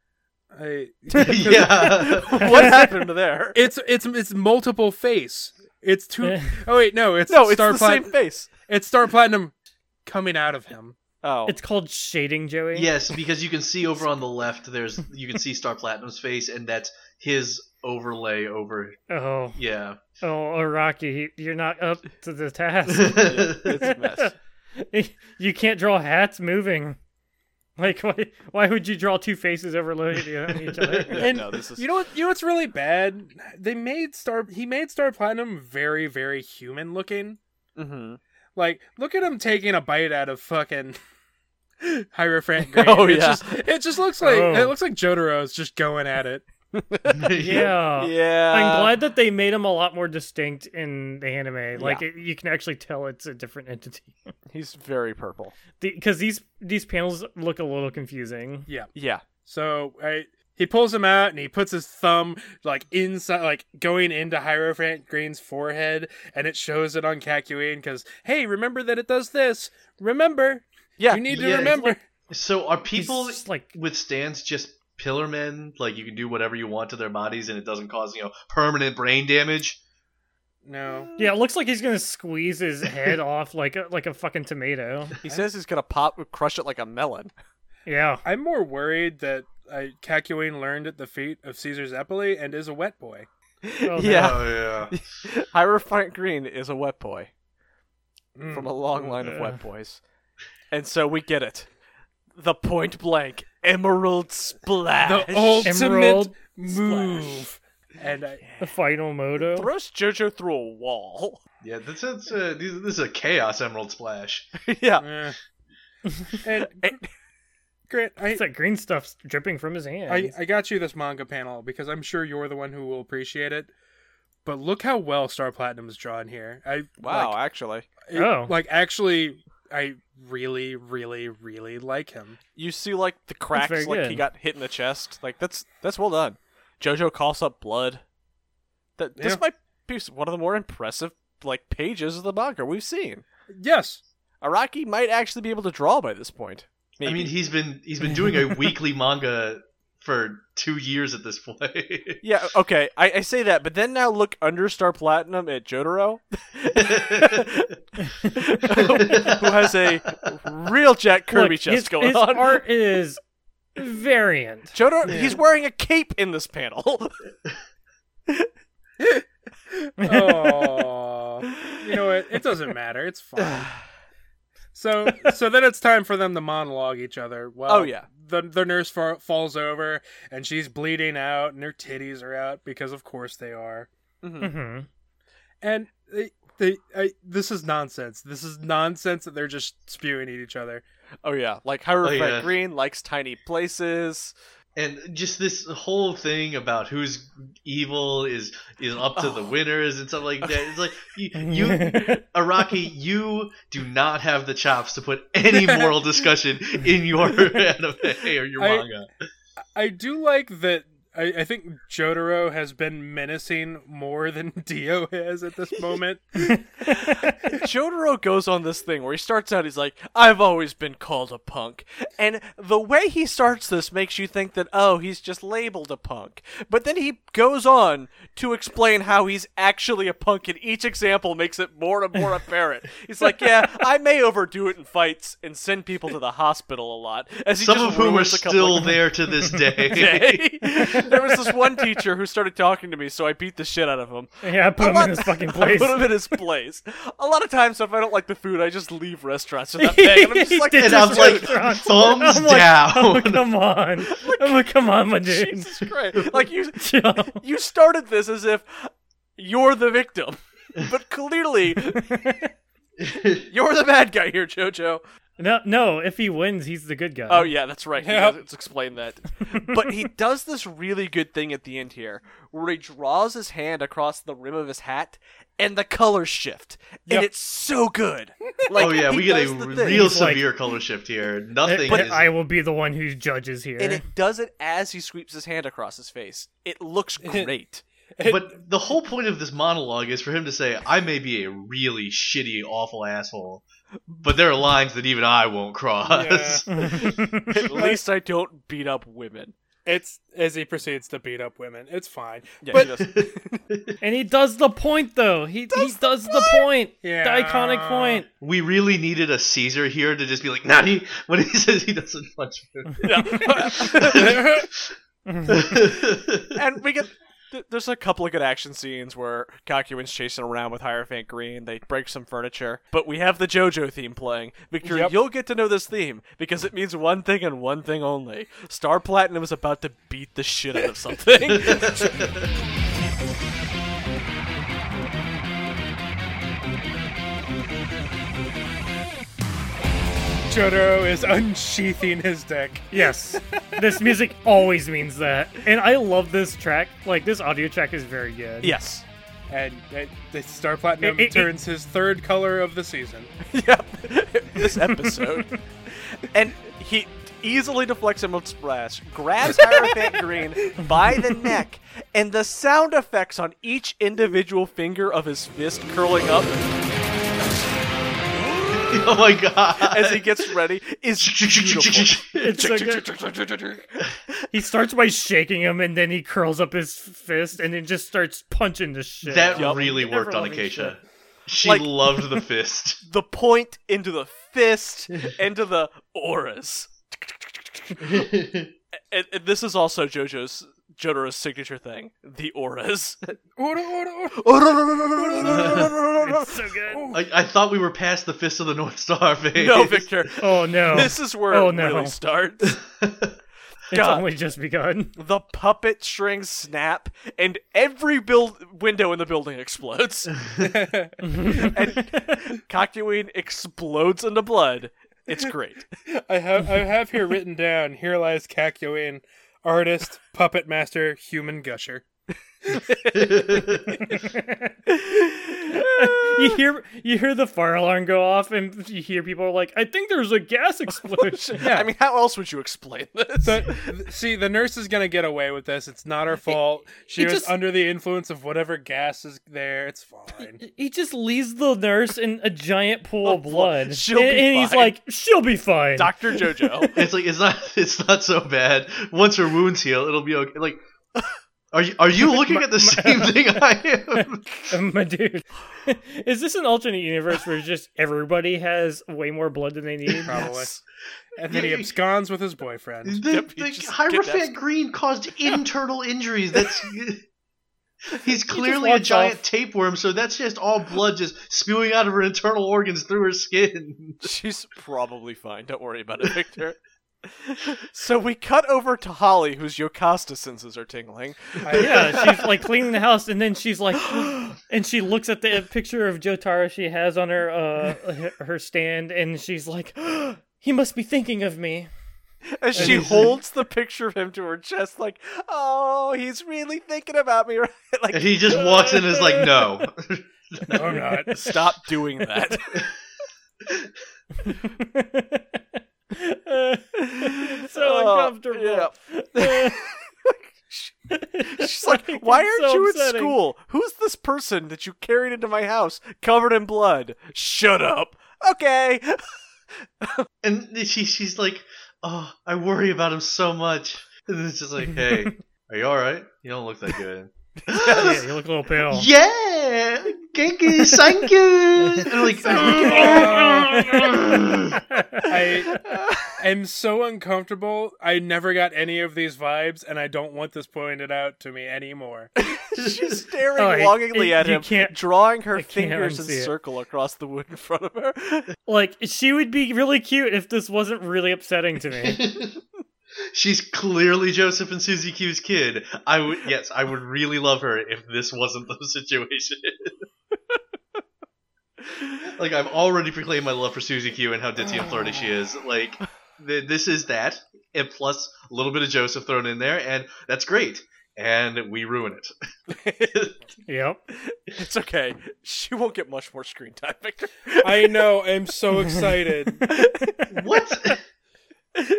C: I,
D: yeah.
A: what happened there?
C: it's it's it's multiple face. It's two
B: Eh.
C: oh wait, no, it's
A: no, it's
C: Star
A: the
C: Plat-
A: same face.
C: It's Star Platinum coming out of him.
A: Oh.
B: It's called shading, Joey.
D: Yes, because you can see over on the left. There's you can see Star Platinum's face, and that's his overlay over.
B: Oh,
D: Yeah.
B: oh, Araki, you're not up to the task.
A: it's
D: it's
A: a mess.
B: you can't draw hats moving. Like, why, why would you draw two faces overlaid on each other?
C: And
A: no, this is-
C: you know what you know what's really bad? They made Star he made Star Platinum very, very human looking.
A: hmm
C: Like, look at him taking a bite out of fucking Hierophant Green.
A: Oh,
C: It
A: yeah.
C: just- it just looks like
B: Oh.
C: it looks like Jotaro's just going at it. uh,
B: Yeah.
A: Yeah.
B: I'm glad that they made him a lot more distinct in the anime. Like it, you can actually tell it's a different entity
A: He's very purple.
B: because these these panels look a little confusing.
C: Yeah.
A: Yeah.
C: So I, he pulls him out and he puts his thumb like inside, like going into Hierophant Green's forehead, and it shows it on Cacuane because hey, remember that it does this. Remember,
A: Yeah.
C: you need to
D: Yeah, it's
C: remember.
D: So are
B: He's
D: people
B: just like
D: with stands just pillar men? Like you can do whatever you want to their bodies, and it doesn't cause you know permanent brain damage.
C: No,
B: yeah, it looks like he's gonna squeeze his head off like a, like a fucking tomato.
A: he says he's gonna pop, crush it like a melon.
B: Yeah,
C: I'm more worried that I, Cacuane learned at the feet of Caesar Zeppeli and is a wet boy.
B: Oh,
A: yeah.
D: Oh yeah.
A: Hierophant Green is a wet boy
C: Mm.
A: from a long line of
B: Ugh.
A: wet boys, and so we get it. The point blank emerald splash.
C: the ultimate
B: Emerald
C: move. And I,
B: the final moto.
A: throws Jojo through a wall.
D: Yeah, this is uh, this this is a chaos emerald splash.
A: yeah.
C: eh. and
A: And-
C: Grant, I,
B: It's that green stuff dripping from his
C: I,
B: hands.
C: I got you this manga panel because I'm sure you're the one who will appreciate it. But look how well Star Platinum is drawn here. I
A: Wow.
C: like,
A: actually.
C: it-
B: Oh.
C: like actually I really, really, really like him.
A: You see like the cracks,
B: very
A: like he
B: good.
A: got hit in the chest. Like that's that's well done. JoJo coughs up blood. That
C: Yeah.
A: this might be one of the more impressive like pages of the manga we've seen.
C: Yes.
A: Araki might actually be able to draw by this point. Maybe.
D: I mean, he's been he's been doing a weekly manga for two years at this point.
A: yeah, okay. I, I say that, but then now look under Star Platinum at Jotaro, who has a real Jack Kirby
B: Look,
A: chest
B: his,
A: going
B: his
A: on.
B: art is variant.
A: Jotaro, he's wearing a cape in this panel.
C: Oh, you know what? It doesn't matter. It's fine. So, so then it's time for them to monologue each other. Well,
A: Oh, yeah.
C: The the nurse fa- falls over and she's bleeding out, and her titties are out because, of course, they are.
A: Mhm.
B: Mhm.
C: And they, they, I, this is nonsense. This is nonsense that they're just spewing at each other.
A: Oh yeah, like Hyrule
D: Oh, yeah.
A: Green likes tiny places.
D: and just this whole thing about who's evil is is up to the winners and stuff like that. It's like you, you Araki, you do not have the chops to put any moral discussion in your anime or your
C: I-
D: manga.
C: I do like that. I, I think Jotaro has been menacing more than Dio has at this moment.
A: Jotaro goes on this thing where he starts out, he's like, I've always been called a punk. And the way he starts this makes you think that, oh, he's just labeled a punk. But then he goes on to explain how he's actually a punk, and each example makes it more and more apparent. He's like, yeah, I may overdo it in fights and send people to the hospital a lot. As he
D: Some
A: just
D: of whom are
A: ruins a couple
D: still
A: of-
D: there to this day.
A: day. there was this one teacher who started talking to me, so I beat the shit out of him.
B: Yeah, I put him
A: lot-
B: in his fucking
A: I
B: place.
A: put him in his place. A lot of times, if I don't like the food, I just leave restaurants for that day. And I'm just
B: He
A: like,
B: did
D: and
B: this
D: I'm like,
B: restaurant.
D: thumbs
B: I'm like,
D: down.
B: oh, come on. I'm like, come on, my dude.
A: Jesus Christ! Like you,
B: Chill.
A: you started this as if you're the victim, but clearly you're the bad guy here, Jojo.
B: No, no. If he wins, he's the good guy.
A: Oh yeah, that's right. He
C: Yep.
A: does- Let's explain that. but he does this really good thing at the end here, where he draws his hand across the rim of his hat, and the colors shift,
C: Yep.
A: and it's so good. Like,
D: oh yeah,
A: he
D: we get
A: does
D: a
A: the thing.
D: real
B: He's like-
D: severe color shift here.
B: But
D: Nothing is
B: I will be the one who judges here.
A: and it does it as he sweeps his hand across his face. It looks great.
D: But the whole point of this monologue is for him to say, I may be a really shitty, awful asshole, but there are lines that even I won't cross.
A: At least I don't beat up women.
C: It's as he proceeds to beat up women. It's fine.
A: Yeah,
C: But-
A: he does.
B: And he does the point though. He he does the point.
C: Yeah.
B: The iconic point.
D: We really needed a Caesar here to just be like, Nani, when he says he doesn't punch
A: and we get th- there's a couple of good action scenes where Kakuin's chasing around with Hierophant Green. They break some furniture, but we have the JoJo theme playing. Victor,
C: Yep.
A: you'll get to know this theme because it means one thing and one thing only. Star Platinum is about to beat the shit out of something.
C: Jotaro is unsheathing his deck.
B: Yes. this music always means that. And I love this track. Like this audio track is very good.
A: yes.
C: And uh, the Star Platinum
B: It- it- it-
C: turns his third color of the season.
A: Yep. this episode. and he easily deflects him with splash, grabs Hierophant Green by the neck, and the sound effects on each individual finger of his fist curling up
D: oh my god.
A: as he gets ready is beautiful.
B: It's so good. He starts by shaking him and then he curls up his fist and then just starts punching the shit.
D: that
A: Yup.
D: really
B: Never
D: worked on
B: loving
D: Acacia. She
A: Like-
D: loved the fist.
A: The point into the fist, into the auras. and, and this is also JoJo's Jotaro's signature thing, the auras.
C: Order, order, order.
B: so good.
D: I, I thought we were past the fist of the North Star phase.
A: no, Victor.
B: Oh no.
A: This is where
B: Oh,
A: it
B: no.
A: really starts.
B: it's
A: God.
B: only just begun.
A: the puppet strings snap, and every build window in the building explodes. and Kakuin explodes into blood. It's great.
C: I have I have here written down. Here lies Kakyoin, artist, puppet master, human gusher.
B: you hear you hear the fire alarm go off, and you hear people are like, "I think there's a gas explosion."
C: Yeah.
A: I mean, how else would you explain this?
C: The, th- see, the nurse is gonna get away with this. It's not her fault. She
B: it
C: was
B: just-
C: under the influence of whatever gas is there. It's fine.
B: he just leaves the nurse in a giant pool of blood,
A: She'll
B: and,
A: be
B: and he's
A: fine.
B: like, "She'll be fine."
A: Dr. JoJo.
D: it's like it's not it's not so bad. Once her wounds heal, it'll be okay. Like, are you are you looking at the same thing I am?
B: My dude, is this an alternate universe where just everybody has way more blood than they need?
C: Probably.
A: Yes.
C: And then he
D: Yeah.
C: absconds with his boyfriend.
D: The,
A: Yep, he
D: the
A: just kidnaps-
D: Hierophant Green caused internal injuries. That's he's clearly a
B: walks
D: giant
B: off.
D: tapeworm, so that's just all blood just spewing out of her internal organs through her skin.
A: She's probably fine. Don't worry about it, Victor. so we cut over to Holly, whose Yocasta senses are tingling.
B: yeah, she's like cleaning the house, and then she's like, and she looks at the picture of Jotaro she has on her uh her stand, and she's like, he must be thinking of me.
A: As she
D: he's-
A: holds the picture of him to her chest, like, oh, he's really thinking about me, right? Like,
D: And he just walks in and is like, "No,
C: No, I'm not.
A: stop doing that.
B: so
A: Oh,
B: uncomfortable.
A: She's like, why
B: it's
A: aren't
B: so
A: you at
B: upsetting."
A: school? Who's this person that you carried into my house covered in blood? Shut up. Okay.
D: And she she's like, "Oh, I worry about him so much." And then it's just like, "Hey, are you all right? You don't look that good."
B: yeah, you look a little pale.
D: yeah, thank you, thank you. And I'm like,
C: I am so uncomfortable. I never got any of these vibes, and I don't want this pointed out to me anymore.
A: She's staring
B: Oh, I-
A: longingly
B: I-
A: at
B: you
A: him,
B: can't-
A: drawing her
B: I can't
A: fingers in
B: unsee it.
A: circle across the wood in front of her.
B: Like she would be really cute if this wasn't really upsetting to me.
D: she's clearly Joseph and Susie Q's kid. I would yes, I would really love her if this wasn't the situation. like I've already proclaimed my love for Susie Q and how ditzy and flirty she is. Like th- this is that, and plus a little bit of Joseph thrown in there, and that's great. And we ruin it.
B: Yep.
A: It's okay. She won't get much more screen time, Victor.
C: I know. I'm so excited.
D: What?
C: I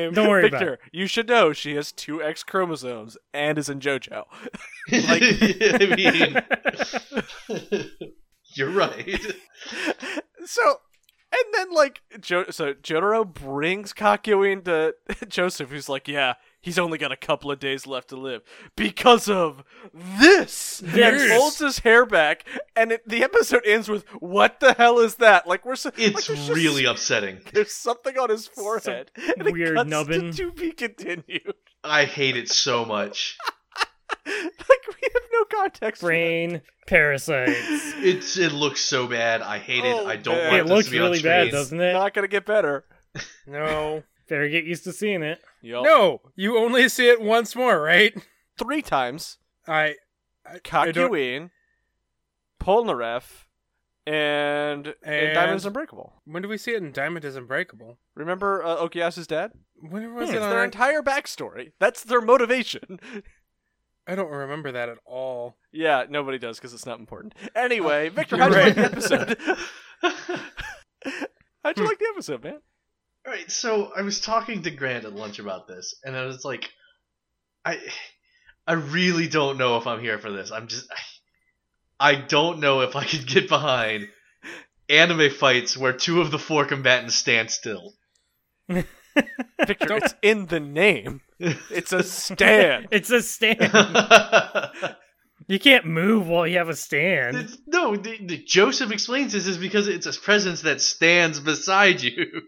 C: am.
B: Don't worry about it.
A: Victor, you should know she has two X chromosomes and is in JoJo. Like-
D: I mean, you're right.
A: So, and then like, jo- so Jotaro brings Kakyoin to Joseph, who's like, yeah, he's only got a couple of days left to live because of this. And
B: This.
A: holds his hair back, and it, the episode ends with, "What the hell is that?" Like we're so,
D: It's
A: like, there's just-
D: really upsetting.
A: there's something on his forehead. and it
B: weird
A: cuts to
B: nubbin.
A: to be continued.
D: I hate it so much.
A: like we have no context. for that.
B: Brain parasites.
D: It's it looks so bad. I hate it.
A: Oh,
D: I don't
A: man.
D: want
B: It
D: this
B: looks
D: to be on
B: really
D: screen.
B: bad, doesn't it?
A: Not gonna get better.
C: No.
B: Better get used to seeing it.
A: Yup.
C: No. You only see it once more, right?
A: three times.
C: I. I, I don't-
A: Kakuin, Polnareff, and, and
C: And-
A: Diamond's Unbreakable.
C: When do we see it in Diamond is Unbreakable?
A: Remember uh, Okuyasu's dad?
C: When was
B: Hmm.
C: it
A: It's
C: on?
A: their entire backstory. That's their motivation.
C: I don't remember that at all.
A: yeah, nobody does because it's not important. Anyway, Victor,
C: you're
A: how'd you like
C: right.
A: the episode? how'd you like the episode, man?
D: All right, so I was talking to Grant at lunch about this, and I was like, I, I really don't know if I'm here for this. I'm just, I, I don't know if I could get behind anime fights where two of the four combatants stand still.
A: Victor, it's in the name. It's a stand.
B: It's a stand.
D: it's,
B: you can't move while you have a stand.
D: no, the, the, Joseph explains this is because it's a presence that stands beside you.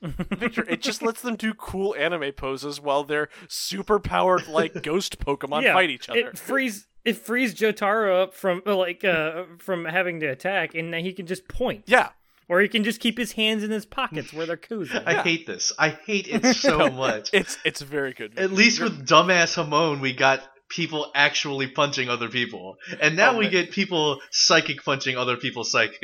A: Victor, it just lets them do cool anime poses while their super powered like ghost Pokemon
B: Yeah,
A: fight each other.
B: It frees it frees Jotaro up from uh, like uh from having to attack, and then he can just point,
A: yeah,
B: or he can just keep his hands in his pockets where they're cozy.
D: I hate this. I hate it so much.
A: it's it's very good.
D: At least with dumbass Hamon, we got people actually punching other people, and now
A: Oh,
D: we
A: man.
D: get people psychic punching other people psychic.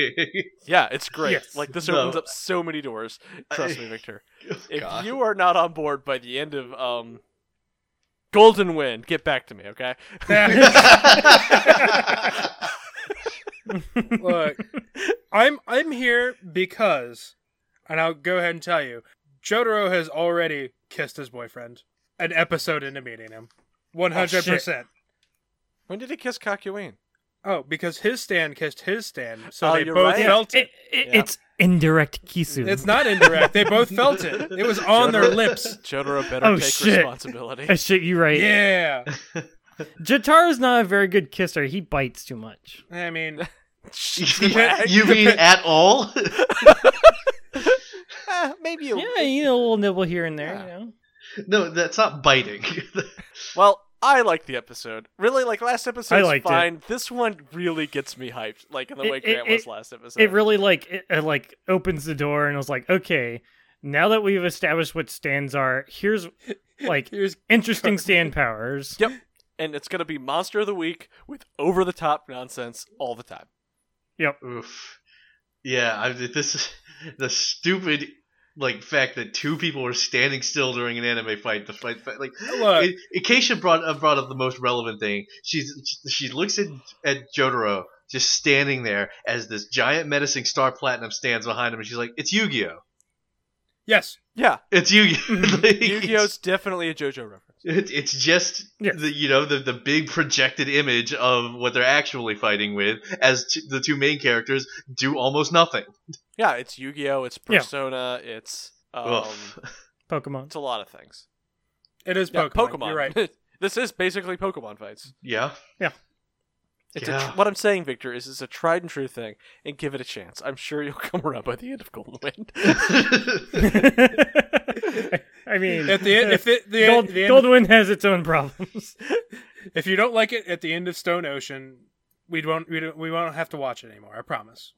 A: Yeah, it's great.
B: Yes.
A: Like this
D: No.
A: opens up so many doors. Trust me, Victor. If
D: God.
A: you are not on board by the end of um Golden Wind, get back to me, okay?
C: Look, I'm I'm here because, and I'll go ahead and tell you, Jotaro has already kissed his boyfriend an episode into meeting him, one hundred percent.
A: When did he kiss Kakyoin?
C: Oh, because his stand kissed his stand, so
A: Oh,
C: they
A: you're
C: both
A: right.
C: felt it.
B: It, it,
A: Yeah.
B: It's indirect kisu.
C: It's not indirect. they both felt it. It was on their lips.
A: Jotaro better
B: Oh,
A: take
B: shit.
A: responsibility.
B: Uh, shit, you're right.
C: Yeah.
B: Jataro's not a very good kisser. He bites too much.
C: I mean,
D: you mean at all?
A: Ah, maybe you.
B: Yeah, you know, a little nibble here and there, you know.
D: no, that's not biting.
A: Well, I like the episode. Really, like last episode's
B: I liked it.
A: fine. This one really gets me hyped, like in the
B: It-
A: way
B: it-
A: Grant was
B: it-
A: last episode.
B: It really like it, it like opens the door and was like, okay, now that we've established what stands are, here's like
C: here's
B: interesting stand powers.
A: Yep. And it's gonna be Monster of the Week with over the top nonsense all the time.
D: Oof. Yeah, I, this is the stupid like fact that two people were standing still during an anime fight. The fight, fight like
C: look.
D: I- Acacia brought uh, brought up the most relevant thing. She's she looks at at Jotaro just standing there as this giant menacing star platinum stands behind him, and she's like, "It's Yu-Gi-Oh!
C: yes.
A: Yeah,
D: It's Yu-Gi-Oh! Like,
A: Yu-Gi-Oh's definitely a JoJo reference.
D: It, it's just
B: Yeah.
D: the you know the the big projected image of what they're actually fighting with as t- the two main characters do almost nothing.
A: Yeah, it's Yu-Gi-Oh. It's
B: Yeah.
A: Persona. It's um,
D: Oof.
B: Pokemon.
A: it's a lot of things.
C: It is
A: Yeah,
C: Pokemon. You're right.
A: this is basically Pokemon fights.
D: Yeah.
A: It's a
D: Yeah.
A: tr- what I'm saying, Victor, is it's a tried and true thing, and give it a chance. I'm sure you'll come around by the end of Golden Wind.
B: I mean,
C: At the end, if it, the,
B: Gold,
C: end, the end-
B: Goldwyn has its own problems.
C: if you don't like it at the end of Stone Ocean, we won't we, don't, we won't have to watch it anymore. I promise.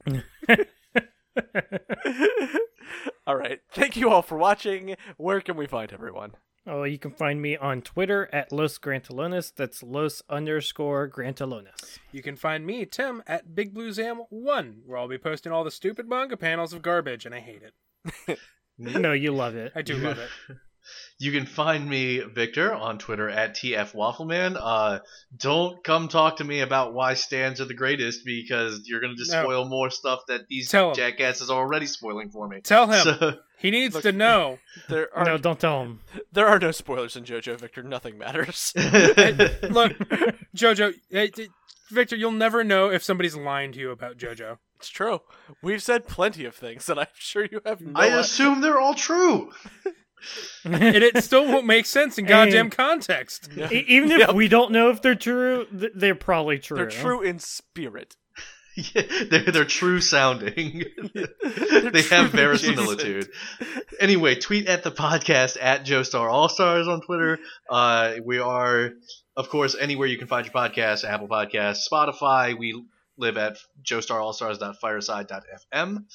A: all right, thank you all for watching. Where can we find everyone?
B: oh, you can find me on Twitter at Los Grantilones. That's Los underscore Grantilones.
C: You can find me, Tim, at Big Blue Zam One, where I'll be posting all the stupid manga panels of garbage, and I hate it.
B: No, you love it.
C: I do love it.
D: You can find me, Victor, on Twitter at TFWaffleman. Uh, don't come talk to me about why stands are the greatest because you're going to just
C: No.
D: spoil more stuff that these
C: Tell 'em.
D: jackasses are already spoiling for me.
C: Tell him
D: So,
C: he needs
A: Look-
C: to know.
A: There are
B: No, don't tell him.
A: there are no spoilers in JoJo, Victor. Nothing matters.
C: Look, JoJo, eh, d- Victor, you'll never know if somebody's lying to you about JoJo.
A: it's true. We've said plenty of things, and I'm sure you have no.
D: I
A: idea.
D: assume they're all true.
C: and it still won't make sense in goddamn
B: And-
C: context.
B: E- Even if
A: Yep.
B: we don't know if they're true, th- they're probably true.
A: They're true in spirit.
D: Yeah, they're, they're true sounding. they
A: true
D: have verisimilitude. Anyway, tweet at the podcast at Joestar All Stars on Twitter. Uh, we are, of course, anywhere you can find your podcast Apple Podcasts, Spotify. We live at joestarallstars.fireside.fm.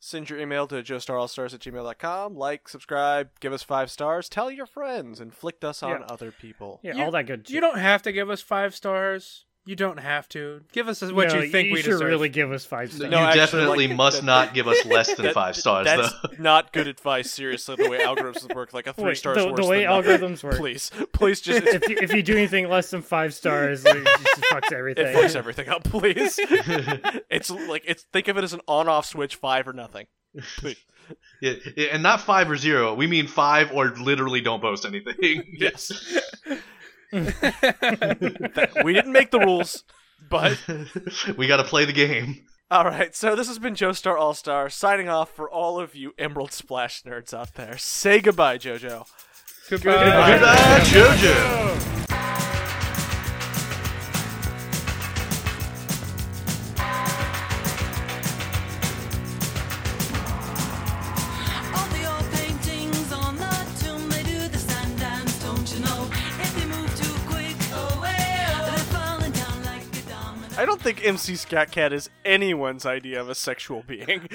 A: Send your email to joestarallstars at gmail.com. Like, subscribe, give us five stars, tell your friends, inflict us on
C: Yeah.
A: other people.
B: Yeah,
C: You-
B: all that good.
C: You don't have to give us five stars. You don't have to give us what
B: No,
C: you think we
B: should
C: deserve.
B: really give us five
D: You
B: stars.
A: No, actually,
D: definitely
A: like,
D: must
A: that-
D: not give us less than
A: That-
D: five stars,
A: That's
D: though.
A: not good advice, seriously, the way algorithms work. Like a three
B: Wait,
A: stars
B: the,
A: worse
B: the way
A: than nothing.
B: algorithms work.
A: Please. Please just it
B: If you, if you do anything less than five stars, like, it just fucks everything.
A: fucks everything up, please. it's like it's think of it as an on off switch, five or nothing. Please.
D: Yeah, yeah, and not five or zero. We mean five or literally don't post anything.
A: Yes. That- we didn't make the rules, but
D: we got to play the game.
A: All right, so this has been Joestar All Star signing off for all of you Emerald Splash nerds out there. Say goodbye, JoJo.
C: Goodbye.
D: Good night, JoJo.
F: All the old paintings on the tomb, they do the sand dance, don't you know? If they move too quick, away, they're falling down like a domino.
A: I don't think MC Scat Cat is anyone's idea of a sexual being.